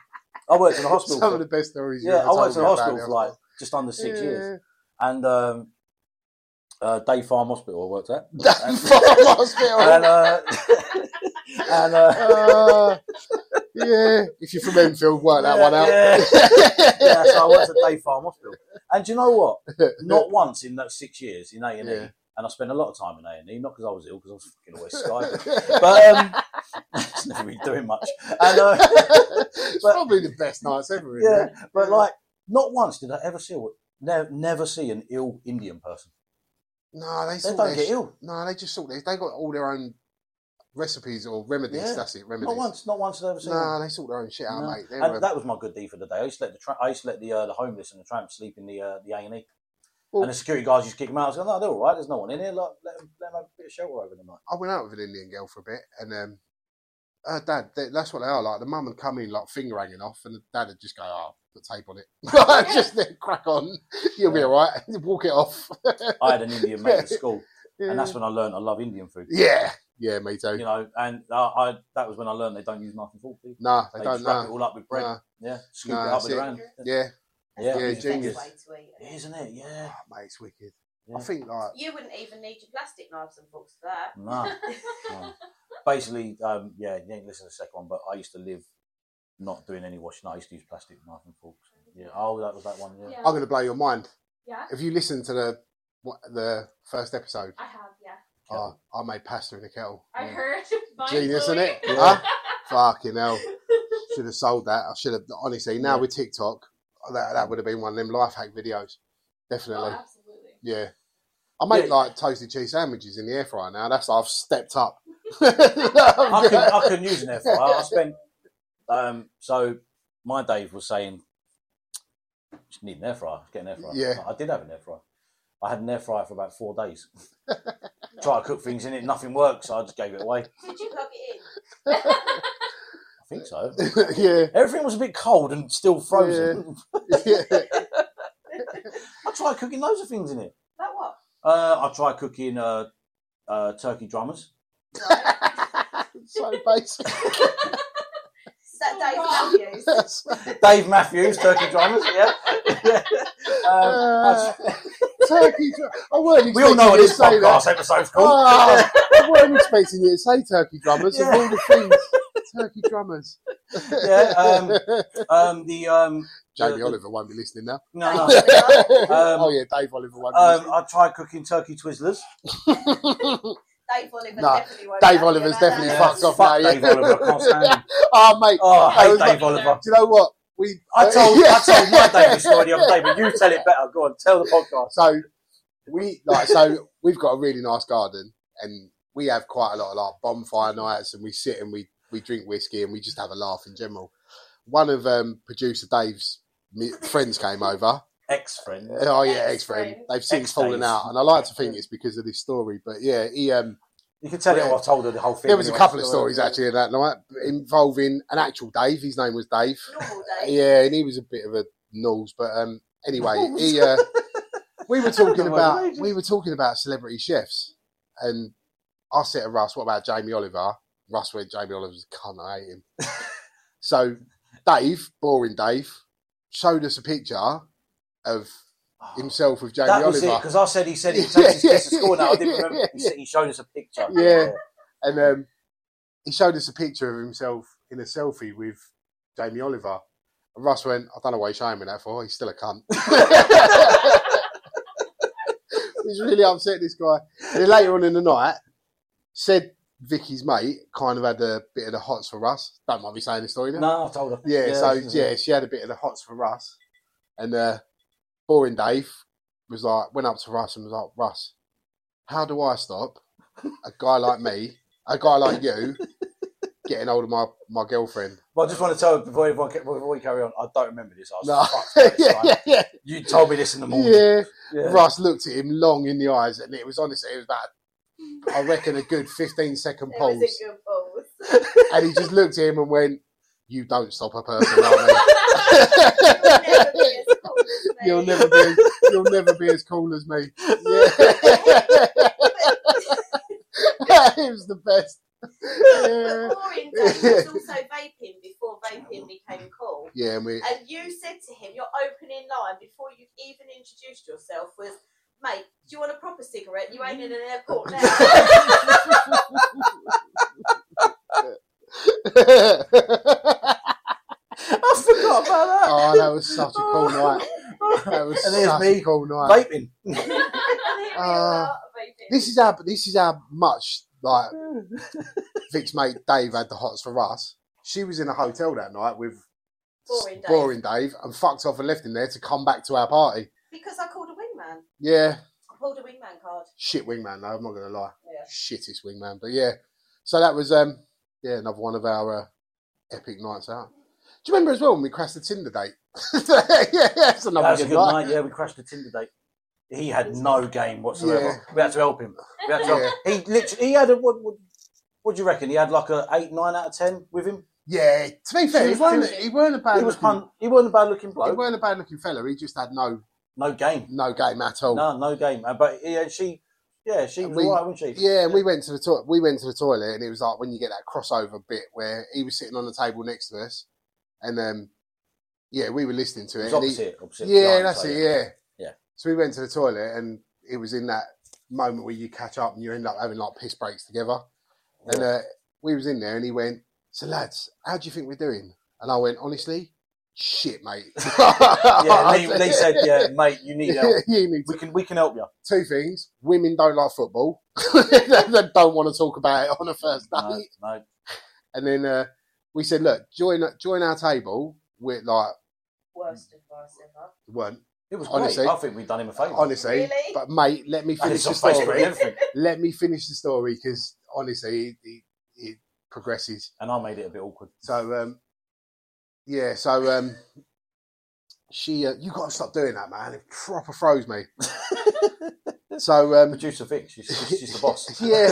I worked in a hospital.
Some
for-
of the best stories. you
yeah,
ever
I worked
told me
in a
about
hospital
it.
for like just under six
Yeah.
years, and um, uh, Day Farm Hospital I worked at,
Damn fucking hospital.
and uh, and uh,
Uh, yeah, if you're from Enfield, work that
yeah,
one out.
Yeah. yeah, so I worked at Day Farm Hospital, and do you know what? Not once in those six years in A and E,
Yeah.
and I spent a lot of time in A and E, not because I was ill, because I was fucking always skiving, but um, it's never really doing much, and. Uh,
it's
but-
probably the best nights ever. isn't
Yeah,
it?
but like, not once did I ever see never, never see an ill Indian person.
no, they,
They
sort
don't
their
get
sh-
ill.
No, they just sort their, they got all their own recipes or remedies.
Yeah.
That's it, remedies.
Not once, not once did I ever see.
No,
one.
they sort their own shit out,
No.
mate. They're a-
And that was my good deed for the day. I used to let the tra- I used to let the uh, the homeless and the tramps sleep in the uh, the A and E,
Well-
and the security guards used to kick them out. I was like, no, they're all right. There's no one in here. Like, let them, let them have a bit of shelter over the night.
I went out with an Indian girl for a bit, and um, her dad, they, that's what they are like. The mum would come in, like, finger hanging off, and the dad would just go, oh, put tape on it. just then crack on. You'll be
Yeah.
all right. Walk it off.
I had an Indian mate at school, and that's when I learned I love Indian food.
Yeah. Yeah, me too.
You know, and uh, I that was when I learned they don't use knife and fork. do they?
Nah,
They,
they,
just
don't
wrap it
know.
all up with bread.
Nah.
Yeah, scoop
Nah,
it up
that's
with their
it.
hand.
Yeah.
Yeah,
Yeah,
It's the best
genius.
way to eat it.
isn't it? Yeah.
Oh, mate, it's wicked.
Yeah.
I think, like,
You wouldn't even need your plastic knives and forks for that.
No. no. Basically, um, yeah, you didn't listen to the second one, but I used to live not doing any washing. I used to use plastic knife and forks. Yeah. Oh, that was that one. Yeah.
I'm going to blow your mind.
Yeah,
If you listen to the what, the first episode,
I have, yeah.
oh, I made pasta in a kettle.
I
Yeah.
heard.
Genius,
mindfully.
isn't it?
Yeah.
Huh? Fucking hell. Should have sold that. I should have. Honestly, now
Yeah.
with TikTok, that, that would have been one of them life hack videos.
Oh,
Definitely.
absolutely.
Yeah. I make
Yeah.
like toasted cheese sandwiches in the air fryer now. That's I've stepped up.
I couldn't, I couldn't use an air fryer. I spent. Um, so my Dave was saying, "Just need an air fryer. Get an air fryer."
Yeah.
I did have an air fryer. I had an air fryer for about four days. Try to cook things in it, nothing worked, so I just gave it away. I
Did you plug it in?
think so.
yeah.
Everything was a bit cold and still frozen.
yeah.
I tried cooking loads of things in it.
That what?
Uh, I tried cooking uh, uh, turkey drummers.
so basic.
Is that
Right.
Dave Matthews?
Dave Matthews, turkey drummers. Yeah. um,
Uh, turkey. dr- I weren't
we all know
expecting
what
you
this
to say that.
podcast episode's called.
Ah, I weren't expecting you to say turkey drummers of
Oh. Yeah.
all the things. Turkey drummers.
Yeah, um, the um,
Jamie
uh,
Oliver won't be listening now.
no, no.
Um,
oh yeah, Dave Oliver won't be
Um, I tried cooking turkey twizzlers.
listening.
Dave Oliver
Nah,
definitely won't
Dave
be
Oliver's
happy about
definitely
that.
fucked off
Fuck
now, yeah.
Dave Oliver. I can't stand him.
oh mate,
Oh, I
That
hate
was
Dave
like-
Oliver.
do you know what? We
I told, I told my David story the other day, but you tell it better. Go on, tell the podcast.
So we like so we've got a really nice garden and we have quite a lot of like bonfire nights and we sit and we we drink whiskey and we just have a laugh in general. One of um, producer Dave's mi- friends came over.
Ex friend.
Oh yeah, ex
Ex-friend.
friend. They've since
Ex-Dave.
fallen out, and I like to think it's because of this story. But yeah, he um,
You can tell it. I've told her the whole thing.
there was a
anyway.
couple of stories actually that night involving an actual Dave. His name was Dave.
Normal Dave.
Yeah, and he was a bit of a nose, but um, anyway, he uh, we were talking about we were talking about celebrity chefs, and I said to Russ, "What about Jamie Oliver?" Russ went, "Jamie Oliver's a cunt. I hate him." so Dave, boring Dave, showed us a picture of himself with Jamie
Ah. That was it
Oliver,
because I said he said he takes his kids to school now. I didn't remember. He, said, he showed us a picture.
Yeah. and um, he showed us a picture of himself in a selfie with Jamie Oliver. And Russ went, "I don't know why he's showing me that for. He's still a cunt." He's really upset this guy. And then later on in the night, said Vicky's mate kind of had a bit of the hots for Russ. Don't mind me saying this story now.
No, I told her.
yeah, so
this is it.
yeah, she had a bit of the hots for Russ. And uh boring Dave was like went up to Russ and was like, Russ, how do I stop a guy like me, a guy like you, getting hold of my, my girlfriend.
But I just want to tell before, everyone, ca- before we carry on, I don't remember this. I was
No.
fucked
yeah,
up this
yeah,
time.
yeah, yeah,
You told me this in the morning. Yeah.
Russ looked at him long in the eyes, and it was honestly, it was about, I reckon, a good 15 second
There was
pause.
a good balls.
And he just looked at him and went, You don't stop a person like me. You'll
You'll never be as cool as me.
never be, you'll never be as cool as me. Yeah. it was the best. Yeah,
But Maureen Dane was also vaping before vaping became cool.
yeah and we,
And you said to him, your opening line before you even introduced yourself was, mate, do you want a proper cigarette? You ain't in an airport now.
oh,
I forgot about that.
that was such a cool night. That was
And there's
such
me.
a cool night.
Vaping.
And here we
Uh,
are, vaping.
This is how this is how much like Vic's mate Dave had the hots for us. She was in a hotel that night with
Boring Dave.
boring Dave and fucked off and left him there to come back to our party.
Because I called a wingman.
Yeah,
I pulled a wingman card.
shit wingman though. I'm not gonna lie,
Yeah.
shittest wingman. But yeah, so that was um yeah another one of our uh, epic nights out. Do you remember as well when we crashed the Tinder date? yeah, that's
That
another
was a
good,
good
night.
night. Yeah, we crashed the Tinder date. He had no game whatsoever. We had to help him. We had to help. He literally he had a what, what? What do you reckon? He had like a eight, nine out of ten with him.
Yeah, to be fair,
She
he
was
weren't,
punching.
he weren't a bad
He was
looking,
pun. He wasn't a bad looking
he
bloke.
weren't a bad looking fella. He just had no
No game.
no game at all.
No, no game. Uh, But yeah, she. Yeah, she
And
was
we-
alright, wasn't she?
Yeah, and we went to the toilet. We went to the toilet, and it was like when you get that crossover bit where he was sitting on the table next to us, and um, yeah, we were listening to
It
it.
was
and he-
opposite. opposite
yeah,
behind,
that's
so
it. Yeah.
Yeah.
So we went to the toilet, and it was in that moment where you catch up and you end up having like piss breaks together. And uh, we was in there, and he went, "So lads, how do you think we're doing?" And I went, "Honestly, shit, mate."
Yeah, Lee, Lee said, "Yeah, mate, you need help.
you need
We can, we can help you."
two things: women don't like football; they don't want to talk about it on a first date.
No, no.
And then uh, we said, "Look, join join our table." We're like,
Worst advice ever.
weren't
It was
Honestly-
great. I think we've done him a favour.
honestly,
Really?
but mate, let me
And
finish
it's
the
on Facebook and
story.
everything.
let me finish the story because honestly, it, it, it progresses.
And I made it a bit awkward.
So um, yeah, so um, she, uh, you got to stop doing that, man. It proper froze me. so um,
Producer Vic, she's, she's, she's the boss.
yeah,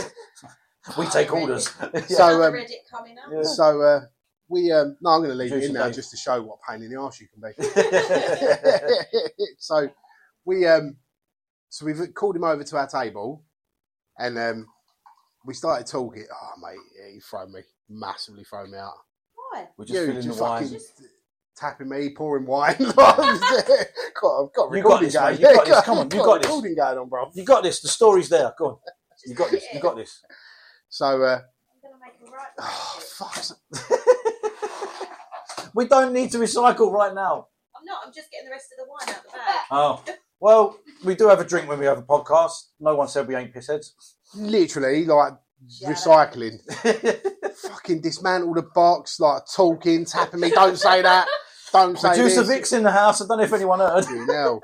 we take orders.
so
Another
um,
Reddit coming up.
Yeah.
So uh, we um, no, I'm going to leave it
Juicy
in now
Dave.
just to show what a pain in the arse you can
yeah,
be. so we um, so we've called him over to our table, and um, we started talking. Oh mate, yeah, he thrown me massively, thrown me out.
Why?
we're just
You
filling the
just
wine.
fucking tapping me, pouring wine. got, I've got
You got
recording
this,
going.
mate, you got this, come on,
I've
you got this.
recording going on, bro.
You got this. The story's there. Go on.
Just
You got
leave
this.
it.
You got this.
So uh,
I'm gonna make a right.
oh,
mistake.
fuck.
We don't need to recycle right now.
I'm not. I'm just getting the rest of the wine out the bag.
Oh. Well, we do have a drink when we have a podcast. No one said we ain't pissheads.
Literally, like
Shut up.
recycling. fucking dismantle the box, like talking, tapping me. Don't say that. Don't say
Producer
this.
Vic's in the house. I don't know if anyone heard.
Fucking hell.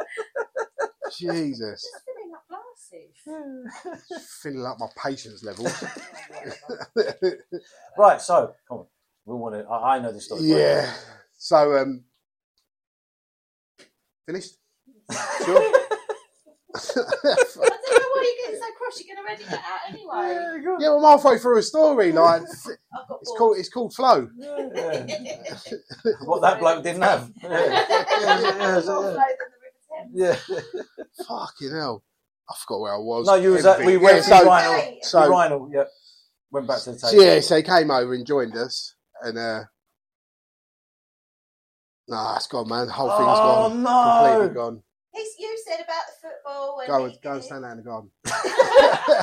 Jesus,
Just filling up glasses.
filling up my patience level.
Right. So, come on. We want to. I, I know this story.
yeah. So um, finished. Sure.
I don't know why you're getting so cross. You're gonna edit that out anyway.
yeah, I'm halfway through a story. Like
I've got
it's called it's called flow.
Yeah.
balls.
What that bloke didn't have. Yeah. yeah, yeah.
More flow than the River Thames.
Yeah.
Fucking hell, I forgot where I was.
No, you was at- we
Everything.
went
Yeah,
to
so,
Rhino.
Hey,
so
the Rhino, yeah. Went back to the
So,
table.
yeah, so he came over and joined us, and uh, nah, it's gone, man. The whole thing's
oh,
gone, completely
no.
gone.
he's- you said about the football. And
Go and go and stand out in the garden.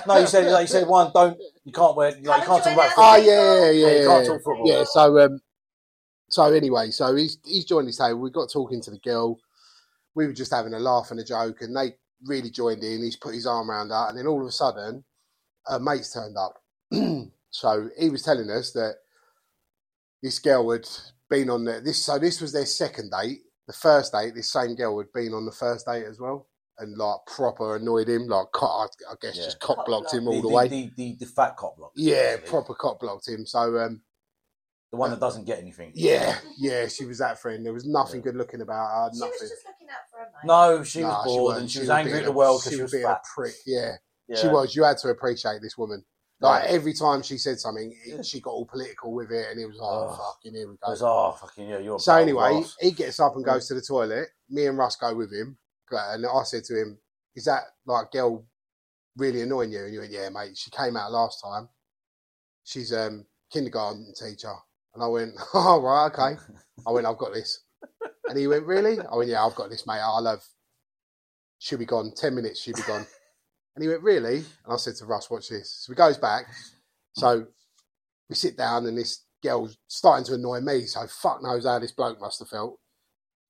No, you said, like, you said, one, don't, you can't wear, you, like, you
Can't
can't talk about
join
football.
Oh yeah, yeah, yeah,
Yeah, you
yeah.
can't talk football.
Yeah, so um, so anyway, so he's he's joined his table. We got talking to the girl. We were just having a laugh and a joke, and they really joined in. He's put his arm around her, and then all of a sudden, her mates turned up. so he was telling us that this girl had been on the this. So this was their second date. The first date, this same girl had been on the first date as well. and like proper annoyed him, like co- I, I guess
Yeah.
just cop blocked him
The,
all the,
the,
way.
The, the, the fat cop block.
yeah,
basically.
proper cop blocked him. So um,
The one that doesn't get anything.
yeah, yeah, she was that friend. There was nothing good looking about her.
She was
Nothing.
just looking out for her mate.
No, she
Nah,
was bored
wasn't.
and she was
a
angry
bit
at
of
the
a-
world because she
was
was
a bit of
fat.
a prick. Yeah.
Yeah.
she was. You had to appreciate this woman. Like
Yeah.
every time she said something, it-
Yeah.
she got all political with it, and it was like,
Oh.
oh, fucking here we
I
go.
was, oh, fucking, yeah, you're a
So
bad
anyway,
boss.
he gets up and goes to the toilet. Me and Russ go with him, and I said to him, "Is that like girl really annoying you?" And he went, "Yeah, mate. She came out last time. She's um kindergarten teacher." And I went, "Oh right, okay." I went, "I've got this," and he went, "Really?" I went, "Yeah, I've got this, mate. I'll have." She'll be gone. Ten minutes. She'll be gone. and he went, "Really?" And I said to Russ, "Watch this." So he goes back. So we sit down and this girl's starting to annoy me. So fuck knows how this bloke must have felt.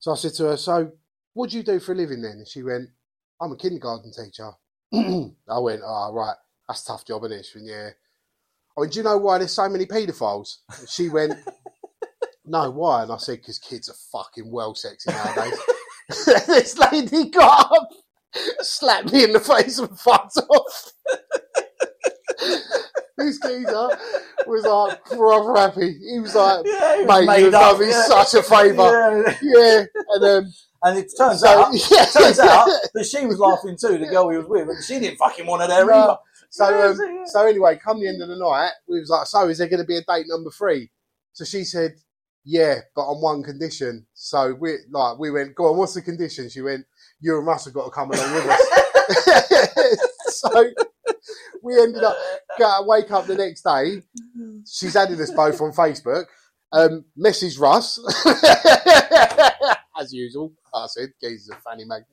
So I said to her, So what do you do for a living then? And she went, I'm a kindergarten teacher. I went, Oh, right. That's a tough job, isn't it? She went, Yeah. I went, Do you know why there's so many paedophiles? And she went, No, why? And I said, Because kids are fucking well sexy nowadays. this lady got up, slapped me in the face, and fucked off. this geezer was like proper happy. He was like,
yeah, he was
uh, mate, you've
made up,
done me
yeah.
such a favour.
Yeah.
Yeah. And um,
And it turns
so,
out,
yeah.
turns out that she was laughing too, the girl he was with, and she didn't fucking want her there
No.
either.
So,
Yeah,
um,
yeah.
So anyway, come the end of the night, we was like, so is there going to be a date number three? So she said, yeah, but on one condition. So we like we went, go on, what's the condition? She went, you and Russ have got to come along with us. so we ended up got wake up the next day. She's added us both on Facebook. Um, Mrs. Russ, as usual. Like I said, Jesus, a fanny magnet.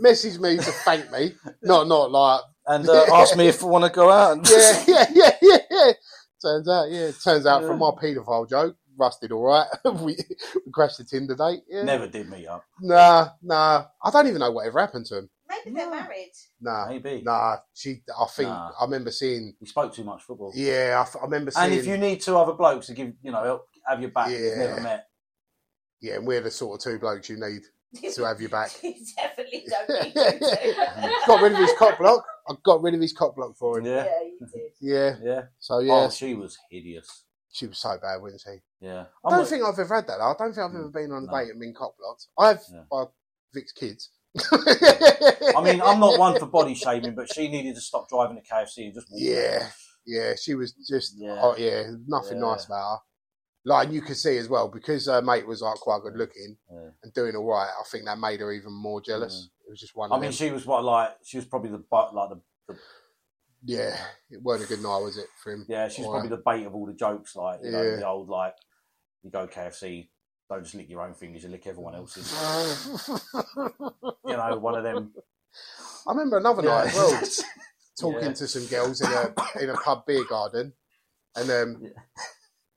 Message me to thank me. Not, not like
and uh, asked me if I want to go out. And
yeah, yeah, yeah, yeah, yeah. Turns out, yeah, turns out
Yeah.
from my paedophile joke, rusted all right. we, we crashed the Tinder date. Yeah.
Never did meet up.
Nah, nah. I don't even know whatever happened to him.
Maybe they're
No.
married.
Nah,
Maybe.
nah. She, I think,
Nah.
I remember seeing.
We spoke too much football.
Yeah, I, f- I remember seeing.
And if you need two other blokes to give, you know, help, have your back,
Yeah.
you've never met.
yeah, and we're the sort of two blokes you need to have you back.
you definitely don't need to.
got rid of his cock block. I got rid of his cock block for him.
Yeah.
Yeah, you did.
Yeah.
Yeah.
So yeah,
Oh, she was hideous.
she was so bad, wasn't she?
Yeah.
I
I'm
don't
with-
think I've ever had that. though. I don't think I've
Mm,
ever been on a
no.
date and been cock blocked. I've
Yeah.
by Vic's kids.
I mean, I'm not one for body shaming, but she needed to stop driving to KFC and just walk.
Yeah, yeah. She was just.
Yeah.
Oh yeah, nothing
Yeah.
nice about her. Like and you could see as well because her mate was like quite good looking
Yeah. Mm.
and doing all right. I think that made her even more jealous. It was just one.
I
of
mean,
them.
she was what like she was probably the butt like the
yeah, it weren't a good night, was it for him?
yeah she was
Wow.
probably the bait of all the jokes like you know
Yeah.
the old like you go KFC don't just lick your own fingers you lick everyone else's you know one of them
I remember another night as well. talking
Yeah.
to some girls in a in a pub beer garden, and um,
Yeah.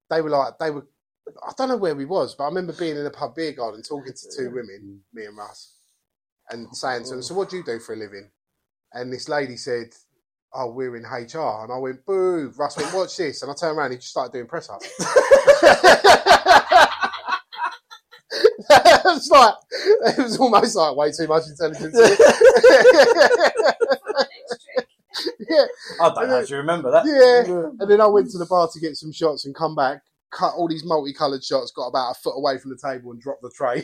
they were like they were. I don't know where we was, but I remember being in a pub beer garden talking to two women, me and Russ,
Oh,
and saying to them, "So what do you do for a living?" And this lady said, "Oh, we're in HR," and I went, "Boo!" Russ went, "Watch this," and I turned around, and he just started doing press ups. it's like it was almost like way too much intelligence.
For my next trip.
yeah,
I don't know if you remember that
Yeah. And then I went to the bar to get some shots and come back, cut all these multicoloured shots, got about a foot away from the table and dropped the tray.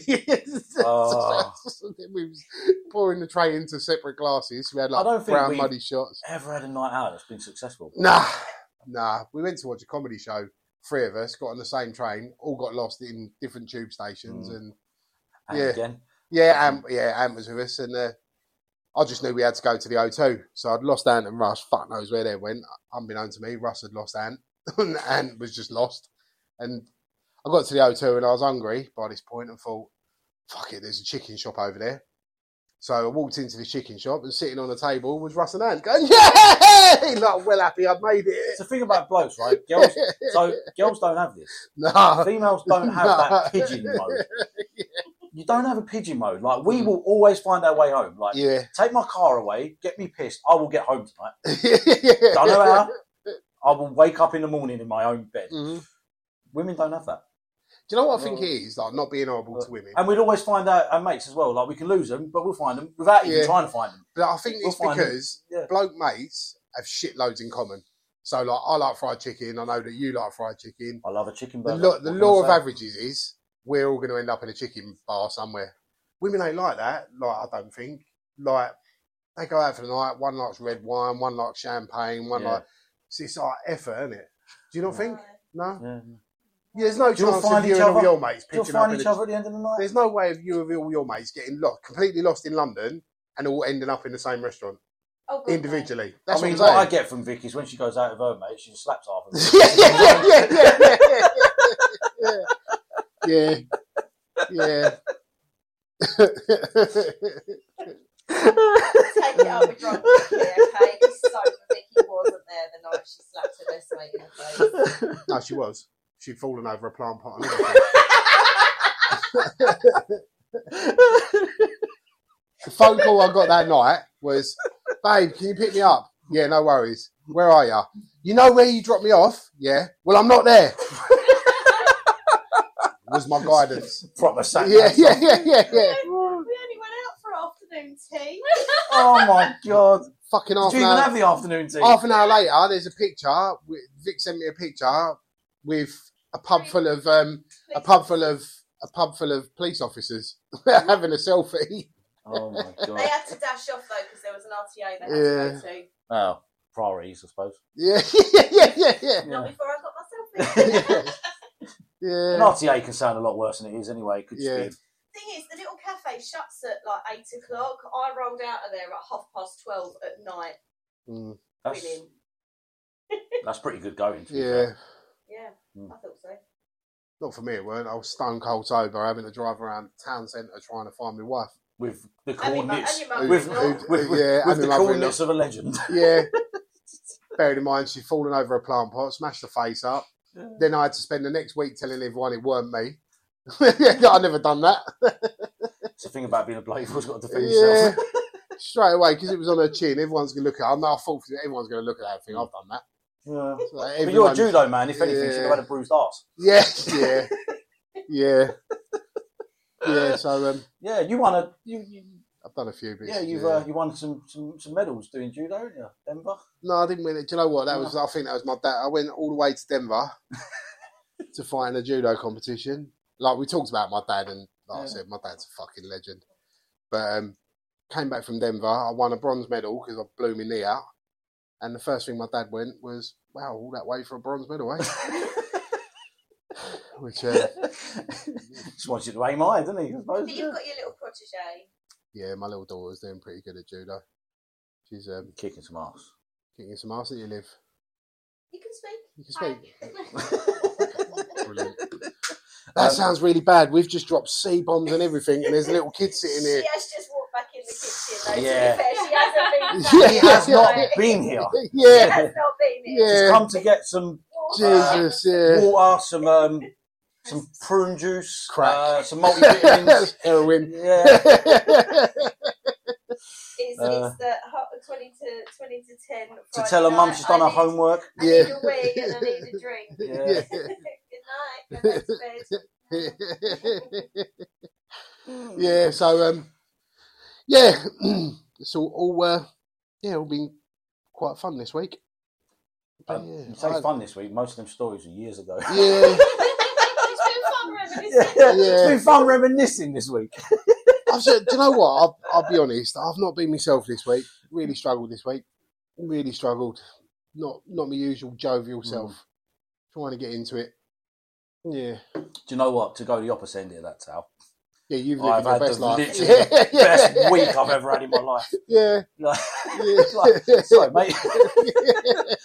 Oh.
Then we was pouring the tray into separate glasses. We had
I don't
like
think
brown
we've-
muddy shots.
ever had a night out that's been successful
Nah, nah. We went to watch a comedy show. Three of us got on the same train, all got lost in different tube stations,
Mm.
and
and
Yeah.
again
yeah, Ant, yeah, Ant was with us, and uh, I just knew we had to go to the O2. So I'd lost Ant and Russ. Fuck knows where they went. Unbeknown to me, Russ had lost Ant, and Ant was just lost. And I got to the O2 and I was hungry by this point and thought, fuck it, there's a chicken shop over there. So I walked into the chicken shop and sitting on the table was Russ and Ant going, yeah! Like, well happy I'd made it.
it's the thing about blokes right girls so girls don't have this
nah,
females don't have
Nah.
that pigeon mode. You don't have a pigeon mode. Like we will always find our way home. Like
yeah.
take my car away, get me pissed. I will get home tonight. Don't know how. I will wake up in the morning in my own bed.
Mhm.
Women don't have that.
you know what I think it is? Like not being horrible to women.
And we'd always find out our mates as well. Like we can lose them, but we'll find them without even
Yeah.
trying to find them.
But I think it's
We'll find them.
because
Yeah.
bloke mates have shitloads in common. So like I like fried chicken. I know that you like fried chicken.
I love a chicken
The,
burger.
lo- the
What can
law
I
of
say?
averages is we're all going to end up in a chicken bar somewhere. Women ain't like that. Like I don't think. Like they go out for the night. One likes red wine. One likes champagne. One
Yeah.
like it's, it's like effort, isn't it? Do you not think?
uh,
No.
Yeah.
Yeah, there's no
Do you all
chance of
find
you
each
and all
other?
your mates
You'll
pitching up.
find
In
each
a,
other at the end of the night.
there's no way of you and all your mates getting lost, completely lost in London, and all ending up in the same restaurant
Oh, God, no.
individually. That's
I mean,
what
what I
I'm saying.
get from Vicky is when she goes out with her mate, she just slaps half of them.
yeah, yeah, yeah, yeah, yeah, yeah, yeah, yeah, yeah, yeah.
Take it up with drunk Vicky, okay? It's so Vicky wasn't there the night she slapped her best mate in the face.
no, she was. She'd fallen over a plant pot. And everything. the phone call I got that night was, "Babe, can you pick me up?" Yeah, no worries. Where are ya? You know where you dropped me off? Yeah. Well, I'm not there. was my guidance.
Proper sack.
Yeah, yeah, yeah, yeah, yeah.
we only went out for afternoon tea.
Oh my god.
Fucking
Did
half
you
an
even
hour.
have the afternoon tea?
Half an hour later, there's a picture. with- Vic sent me a picture with a pub full of um, a pub full of a pub full of police officers having a selfie.
oh my god.
They had to dash off though because there was an RTA they had to go to.
Oh, priorities, I suppose.
Yeah, yeah, yeah, yeah, yeah.
Not
Yeah.
before I got myself in.
yeah.
An
yeah.
RTA can sound a lot worse than it is anyway. It Could just
Yeah.
be-
thing is, the little cafe shuts at like eight o'clock. I rolled out of there at half past twelve at night.
Mm,
that's,
Winning.
that's pretty good going. To be
yeah.
fair.
Yeah,
Hmm.
I thought so.
Not for me, it weren't. I was stone cold sober, having to drive around town centre trying to find my wife.
With the
And your mu- and
coordinates.
your mum
Who-
With,
as well.
who-
with, with,
yeah,
with
and
the
my mother-in-law.
coordinates of a legend.
Yeah. Bearing in mind, she'd fallen over a plant pot, smashed her face up. Then I had to spend the next week telling everyone it weren't me. I'd never done that.
It's the thing about being a bloke, you've always got to defend yourself.
Yeah. Straight away, because it was on her chin, everyone's going to look at her. I know I thought everyone's going to look at that thing. I've done that.
Yeah.
So
But you're a
everyone-
judo man, if anything,
Yeah.
should have had a bruised arse.
Yeah, yeah, yeah. Yeah, so um,
Yeah, you won a you, you
I've done a few bits.
yeah, you've Uh, you won some, some some medals doing judo, didn't you? Denver.
No, I didn't win it. Do you know what? That was. I think that was my dad. I went all the way to Denver to fight in a judo competition. Like we talked about my dad, and like I
Yeah.
said, my dad's a fucking legend. But um, came back from Denver. I won a bronze medal because I blew my knee out. And the first thing my dad went was, "Wow, all that way for a bronze medal, eh?" Which, uh,
Just wants you to aim high, doesn't he? I suppose,
But
yeah.
you've got your little protege.
yeah, my little daughter's doing pretty good at judo. She's um,
Kicking some ass.
kicking some ass at you, Liv.
You can speak.
You can speak. Brilliant. That
Um,
sounds really bad. We've just dropped C bombs and everything, and there's a little kid sitting
She
here.
has just walked back in the kitchen. Though,
Yeah.
To be fair, she hasn't been.
Yeah,
he has
yeah,
not
yeah.
been here.
She
Yeah,
has not been here.
He's
Yeah.
come to get some
Jesus, yeah.
water, some um, some prune juice,
Crack.
uh, some multivitamins.
Heroin.
yeah,
It's,
Uh,
it's the hot- twenty to twenty to ten.
to
Friday
tell her mum
night.
she's done
I
her
need-
homework.
I need
Yeah.
a wee and I need a drink.
Yeah.
Good night. Go back to bed.
yeah, so um yeah, it's all, all uh yeah, all been quite fun this week. But
Um,
yeah,
you say
I-
fun this week. Most of them stories are years ago.
yeah,
it's been fun,
Yeah,
reminiscing.
It's been fun reminiscing this week.
I've said, do you know what? I'll, I'll be honest. I've not been myself this week. Really struggled this week. Really struggled. Not not my usual jovial
Hmm.
self. Trying to get into it. Yeah,
Do you know what? To go the opposite end of that, Tal.
yeah. You've lived
I've
your
had
best
the-
life.
literally the
yeah,
Best week I've ever had in my life.
Yeah,
Like,
yeah.
sorry, mate.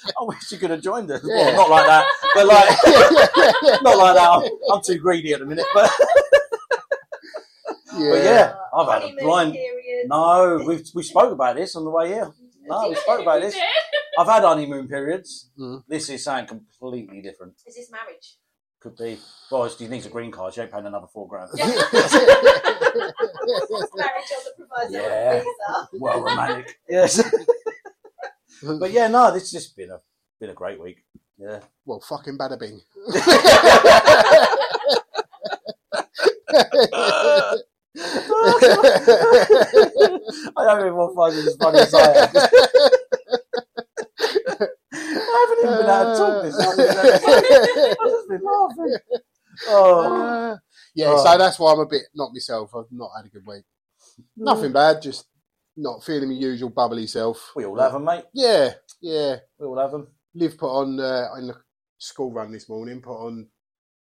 I wish you could have joined us. Well,
Yeah.
not like that, but like,
yeah,
not like that. I'm, I'm too greedy at the minute. But But yeah, I've had a
Oh, Honeymoon
blind-
period.
no, we we spoke about this on the way here. No, we spoke about this. I've had honeymoon periods.
Mhm.
This is something completely different.
Is this marriage?
Could be. Well, it's- you need a green card. You ain't paying another four grand.
It's marriage on the proviso
Yeah.
of visa.
well, romantic. Yes. but yeah, no, this has just been a been a great week. Yeah.
well, fucking bada bing.
I don't even want to find this funny as I am. I haven't even been out to talk this long. I've just been laughing. Oh,
Uh, yeah,
Oh.
so that's why I'm a bit not myself. I've not had a good week. Nothing bad, just not feeling my usual bubbly self.
Mm. we all have them, mate.
Yeah, yeah.
We all have them.
Liv put on uh, in the school run this morning. Put on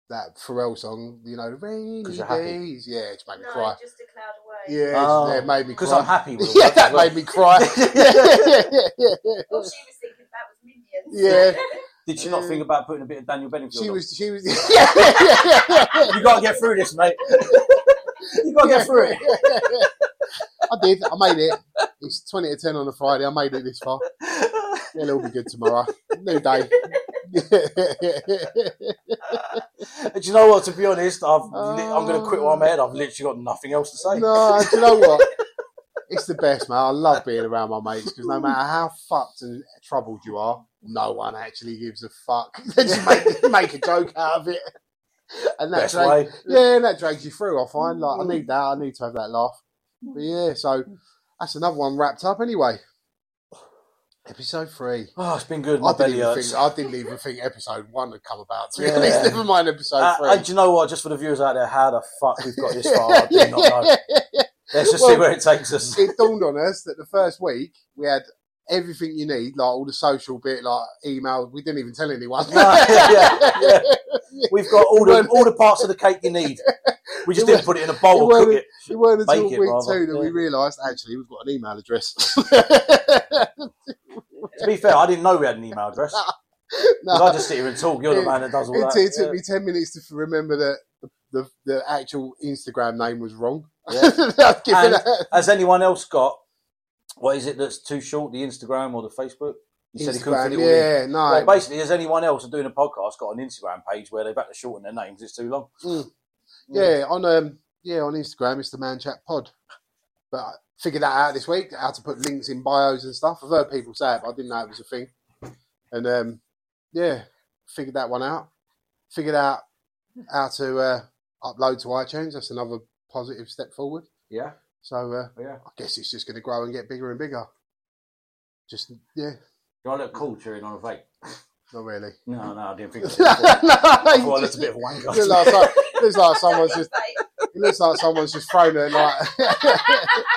that Pharrell song. You know, rainy
'Cause you're happy.
days. Yeah, it's made me
No,
cry.
just a cloud away.
Yeah,
Oh,
it's- yeah, it made me
Because
cry.
I'm happy with all
yeah, that
as well.
made me cry. yeah, yeah, yeah, yeah, yeah.
All she was thinking about was minions.
Yeah.
Did she not
Uh,
think about putting a bit of Daniel Benningfield?
She
on?
was, she was. Yeah, yeah, yeah, yeah,
You gotta get through this, mate. you gotta
yeah.
get through it.
I did. I made it. It's twenty to ten on a Friday. I made it this far. Yeah, it'll be good tomorrow. New day.
And do you know what? To be honest, I've li- I'm gonna quit while I'm
Uh,
ahead. I've literally got nothing else to say.
no, do you know what? It's the best, man. I love being around my mates because no matter how fucked and troubled you are, no one actually gives a fuck. They just make, make a joke out of it, and that
Best
drags,
way. Mm.
yeah, and that drags you through. I find like I need that. I need to have that laugh. But yeah, so that's another one wrapped up anyway. Episode three.
Oh, it's been good. My
I didn't,
belly
even
hurts. Uh,
think, I didn't even think episode one had come about. To be
Yeah.
honest, never mind episode
Uh,
three.
and do you know what? Just for the viewers out there, how the fuck we've got this far, I do not know. Let's just see
Well-
where it takes us.
it dawned on us that the first week we had everything you need, like all the social bit, like email. We didn't even tell anyone.
No, yeah, yeah. We've got all the
Well-
all the parts of the cake you need. We just
Well-
didn't put it in a bowl
well-
or cook it.
It weren't until
Make it,
week two
rather.
that we
Yeah.
realised actually we've got an email address.
To be fair, I didn't know we had an email address. 'Cause I
no,
just sit here and talk. You're the
It-
man that does all
it,
that.
it took
Yeah.
me ten minutes to remember that the, the, the actual Instagram name was wrong.
Yeah.
I've given
And-
up.
Has anyone else got what is it that's too short? The Instagram or the Facebook? You said he couldn't fit
Instagram,
it all in.
yeah, no.
Well, basically, has anyone else doing a podcast got an Instagram page where they've had to shorten their names? It's too long.
Mm. Yeah, on um, yeah, on Instagram, it's the Man Chat Pod. But I figured that out this week, how to put links in bios and stuff. I've heard people say it, but I didn't know it was a thing. And um, yeah, figured that one out. Figured out how to uh, upload to iTunes. That's another positive step forward.
Yeah,
So uh,
yeah.
I guess it's just going to grow and get bigger and bigger. Just yeah,
Do I look cool cheering on a vape?
not really.
No, no, I didn't think so.
no,
I thought I
you
looked
just-
a bit
it
of a
looks like
wanker.
some- it looks like someone's
Someone's
just It looks like someone's just thrown it like.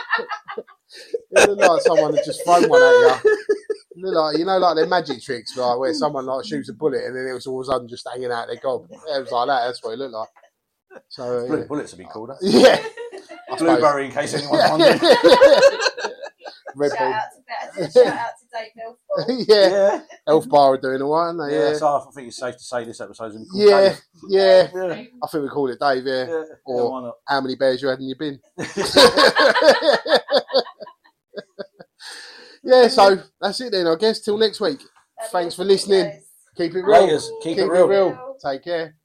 it looks like someone had just thrown one at you. It looked like you know, like their magic tricks, like where someone like shoots a bullet and then it was all of a sudden just hanging out their gob. Yeah, It was like that. That's what it looked like. So uh,
Blue bullets would be cool. That.
yeah, I suppose.
Blueberry, in case anyone's
yeah,
wondering.
Red
shout
Bull.
out to Beth. Shout out to Dave Melford.
yeah,
Yeah,
Elf Bar are doing all right, aren't they?
yeah.
Yeah,
So I think it's safe to say this episode's going to be
yeah, yeah.
Yeah.
I think we called it Dave. Yeah.
Yeah,
Or-
why not?
How many bears you had in your bin? yeah, so that's it then. I guess till next week.
That'd be
Thanks for
awesome,
listening.
guys.
Keep it real.
Laters, keep, it real.
Take care.